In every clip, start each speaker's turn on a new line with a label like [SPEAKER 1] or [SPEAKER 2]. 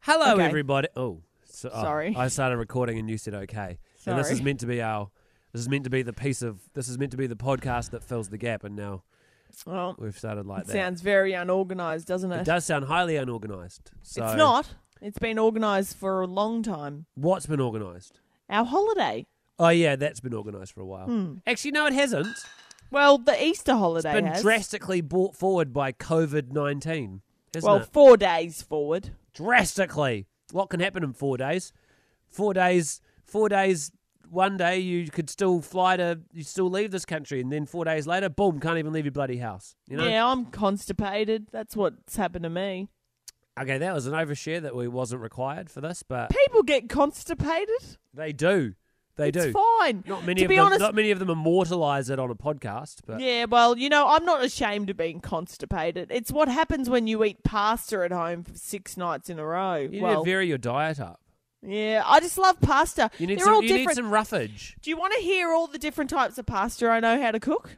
[SPEAKER 1] Hello,
[SPEAKER 2] Okay.
[SPEAKER 1] everybody. Oh, so, oh,
[SPEAKER 2] Sorry.
[SPEAKER 1] I started recording and you said okay. And this is
[SPEAKER 2] Sorry.
[SPEAKER 1] meant to be our. This is meant to be the piece of. This is meant to be the podcast that fills the gap, and now
[SPEAKER 2] Well,
[SPEAKER 1] we've started like
[SPEAKER 2] it
[SPEAKER 1] that.
[SPEAKER 2] sounds very unorganized, doesn't it?
[SPEAKER 1] it does sound highly unorganized. So
[SPEAKER 2] It's not. It's been organised for a long time.
[SPEAKER 1] What's been organised?
[SPEAKER 2] Our holiday.
[SPEAKER 1] Oh yeah, that's been organised for a while.
[SPEAKER 2] Hmm.
[SPEAKER 1] Actually, no, it hasn't. It's
[SPEAKER 2] Well, the Easter holiday
[SPEAKER 1] been
[SPEAKER 2] has.
[SPEAKER 1] drastically brought forward by COVID nineteen, hasn't
[SPEAKER 2] well,
[SPEAKER 1] it?
[SPEAKER 2] four days forward.
[SPEAKER 1] drastically. What can happen in four days? Four days, four days. One day you could still fly to, you still leave this country, and then four days later, boom, can't even leave your bloody house. You know?
[SPEAKER 2] Yeah, I'm constipated. That's what's happened to me.
[SPEAKER 1] Okay, that was an overshare that we wasn't required for this, but
[SPEAKER 2] People get constipated.
[SPEAKER 1] they do, they
[SPEAKER 2] it's
[SPEAKER 1] do.
[SPEAKER 2] fine.
[SPEAKER 1] Not many
[SPEAKER 2] to
[SPEAKER 1] of
[SPEAKER 2] be
[SPEAKER 1] them.
[SPEAKER 2] honest-
[SPEAKER 1] Not many of them immortalize it on a podcast, but
[SPEAKER 2] Yeah, well, you know, I'm not ashamed of being constipated. It's what happens when you eat pasta at home for six nights in a row.
[SPEAKER 1] you need
[SPEAKER 2] well,
[SPEAKER 1] to vary your diet up.
[SPEAKER 2] yeah, I just love pasta.
[SPEAKER 1] You need
[SPEAKER 2] They're
[SPEAKER 1] some.
[SPEAKER 2] all
[SPEAKER 1] You
[SPEAKER 2] different.
[SPEAKER 1] need some roughage.
[SPEAKER 2] Do you want to hear all the different types of pasta I know how to cook?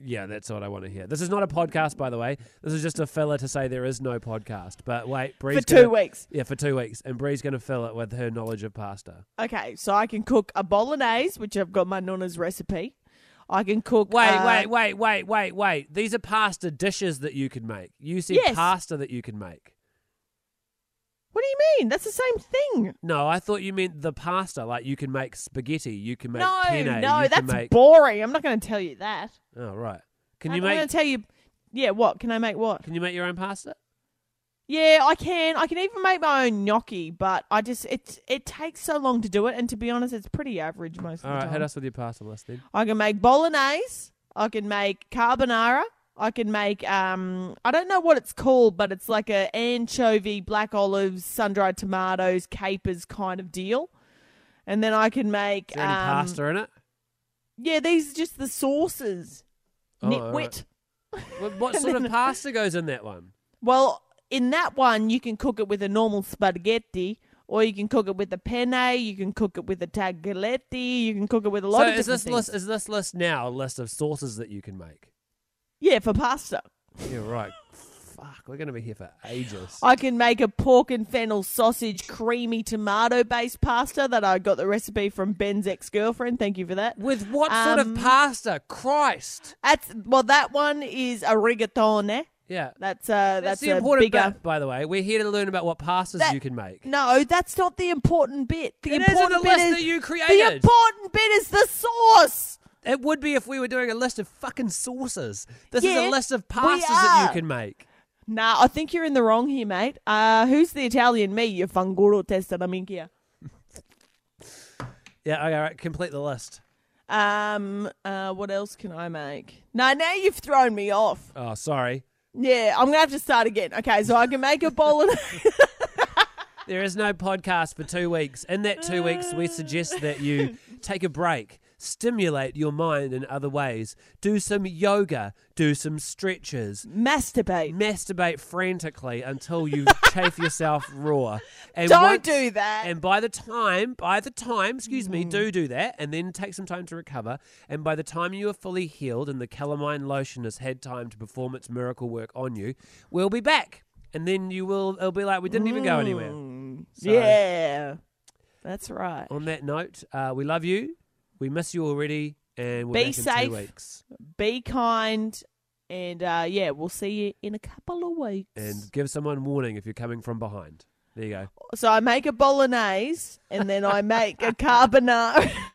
[SPEAKER 1] Yeah, that's what I want to hear. This is not a podcast, by the way. This is just a filler to say there is no podcast. But wait, Bree's
[SPEAKER 2] for 2
[SPEAKER 1] gonna-
[SPEAKER 2] weeks.
[SPEAKER 1] Yeah, for two weeks, and Bree's going to fill it with her knowledge of pasta.
[SPEAKER 2] Okay, so I can cook a bolognese, which I've got my nonna's recipe. I can cook.
[SPEAKER 1] Wait,
[SPEAKER 2] uh,
[SPEAKER 1] wait, wait, wait, wait, wait. These are pasta dishes that you can make. You said
[SPEAKER 2] Yes.
[SPEAKER 1] pasta that you can make.
[SPEAKER 2] What do you mean? That's the same thing.
[SPEAKER 1] No, I thought you meant the pasta. Like you can make spaghetti, you can make
[SPEAKER 2] no,
[SPEAKER 1] penne,
[SPEAKER 2] no,
[SPEAKER 1] you
[SPEAKER 2] that's
[SPEAKER 1] can make.
[SPEAKER 2] boring. I'm not going to tell you that.
[SPEAKER 1] oh right. Can
[SPEAKER 2] I'm
[SPEAKER 1] you
[SPEAKER 2] not going
[SPEAKER 1] make?
[SPEAKER 2] to tell you. Yeah, what can I make? What?
[SPEAKER 1] Can you make your own pasta?
[SPEAKER 2] Yeah, I can. I can even make my own gnocchi, but I just it it takes so long to do it, and to be honest, it's pretty average most
[SPEAKER 1] All
[SPEAKER 2] of the
[SPEAKER 1] right,
[SPEAKER 2] time.
[SPEAKER 1] hit us with your pasta list then.
[SPEAKER 2] I can make bolognese. I can make carbonara. I can make um I don't know what it's called, but it's like a anchovy, black olives, sun dried tomatoes, capers kind of deal. And then I can make
[SPEAKER 1] Is there any
[SPEAKER 2] um,
[SPEAKER 1] pasta in it?
[SPEAKER 2] Yeah, these are just the sauces.
[SPEAKER 1] Oh, all
[SPEAKER 2] Nitwit.
[SPEAKER 1] right. What, what sort of pasta goes in that one?
[SPEAKER 2] Well, in that one you can cook it with a normal spaghetti. Or you can cook it with a penne, you can cook it with a tagliatelle, you can cook it with a lot
[SPEAKER 1] so
[SPEAKER 2] of
[SPEAKER 1] is
[SPEAKER 2] different
[SPEAKER 1] this
[SPEAKER 2] things.
[SPEAKER 1] list is this list now a list of sauces that you can make?
[SPEAKER 2] Yeah, for pasta.
[SPEAKER 1] Yeah, right. Fuck, we're gonna be here for ages.
[SPEAKER 2] I can make a pork and fennel sausage creamy tomato based pasta that I got the recipe from Ben's ex girlfriend. Thank you for that.
[SPEAKER 1] With what sort
[SPEAKER 2] Um,
[SPEAKER 1] of pasta? Christ.
[SPEAKER 2] That's well, that one is a rigatone.
[SPEAKER 1] Yeah.
[SPEAKER 2] That's uh,
[SPEAKER 1] That's
[SPEAKER 2] that's,
[SPEAKER 1] the
[SPEAKER 2] a
[SPEAKER 1] important
[SPEAKER 2] bigger.
[SPEAKER 1] bit, by the way. We're here to learn about what pastas
[SPEAKER 2] That-
[SPEAKER 1] you can make.
[SPEAKER 2] No, that's not the important bit. The
[SPEAKER 1] It is in
[SPEAKER 2] important
[SPEAKER 1] the
[SPEAKER 2] bit
[SPEAKER 1] list
[SPEAKER 2] is
[SPEAKER 1] that you
[SPEAKER 2] The
[SPEAKER 1] created.
[SPEAKER 2] important bit is the sauce.
[SPEAKER 1] It would be if we were doing a list of fucking sauces. This is
[SPEAKER 2] Yeah,
[SPEAKER 1] a list of
[SPEAKER 2] we
[SPEAKER 1] pastas that
[SPEAKER 2] are.
[SPEAKER 1] you can make.
[SPEAKER 2] Nah, I think you're in the wrong here, mate. Uh, who's the Italian? Me, you fanguro testaraminchia.
[SPEAKER 1] Yeah, okay, all right, complete the list.
[SPEAKER 2] Um, uh, what else can I make? No, now you've thrown me off.
[SPEAKER 1] Oh, sorry.
[SPEAKER 2] Yeah, I'm gonna have to start again. Okay, so I can make a bolognese.
[SPEAKER 1] There is no podcast for two weeks. In that two weeks, we suggest that you take a break, stimulate your mind in other ways, do some yoga, do some stretches,
[SPEAKER 2] Masturbate.
[SPEAKER 1] masturbate frantically until you chafe yourself raw. And
[SPEAKER 2] Don't
[SPEAKER 1] once-
[SPEAKER 2] do that. Mm.
[SPEAKER 1] And by the time, by the time, excuse me, do do that, and then take some time to recover. And by the time you are fully healed and the calamine lotion has had time to perform its miracle work on you, we'll be back. And then you will, it'll be like we didn't even go anywhere. So-
[SPEAKER 2] Mm. yeah, that's right.
[SPEAKER 1] On that note, uh, we love you. We miss you already. And we're
[SPEAKER 2] Be
[SPEAKER 1] back in
[SPEAKER 2] safe.
[SPEAKER 1] two weeks.
[SPEAKER 2] Be kind, and uh, yeah, we'll see you in a couple of weeks.
[SPEAKER 1] And give someone warning if you're coming from behind. There you go.
[SPEAKER 2] so I make a bolognese, and then I make a carbonara.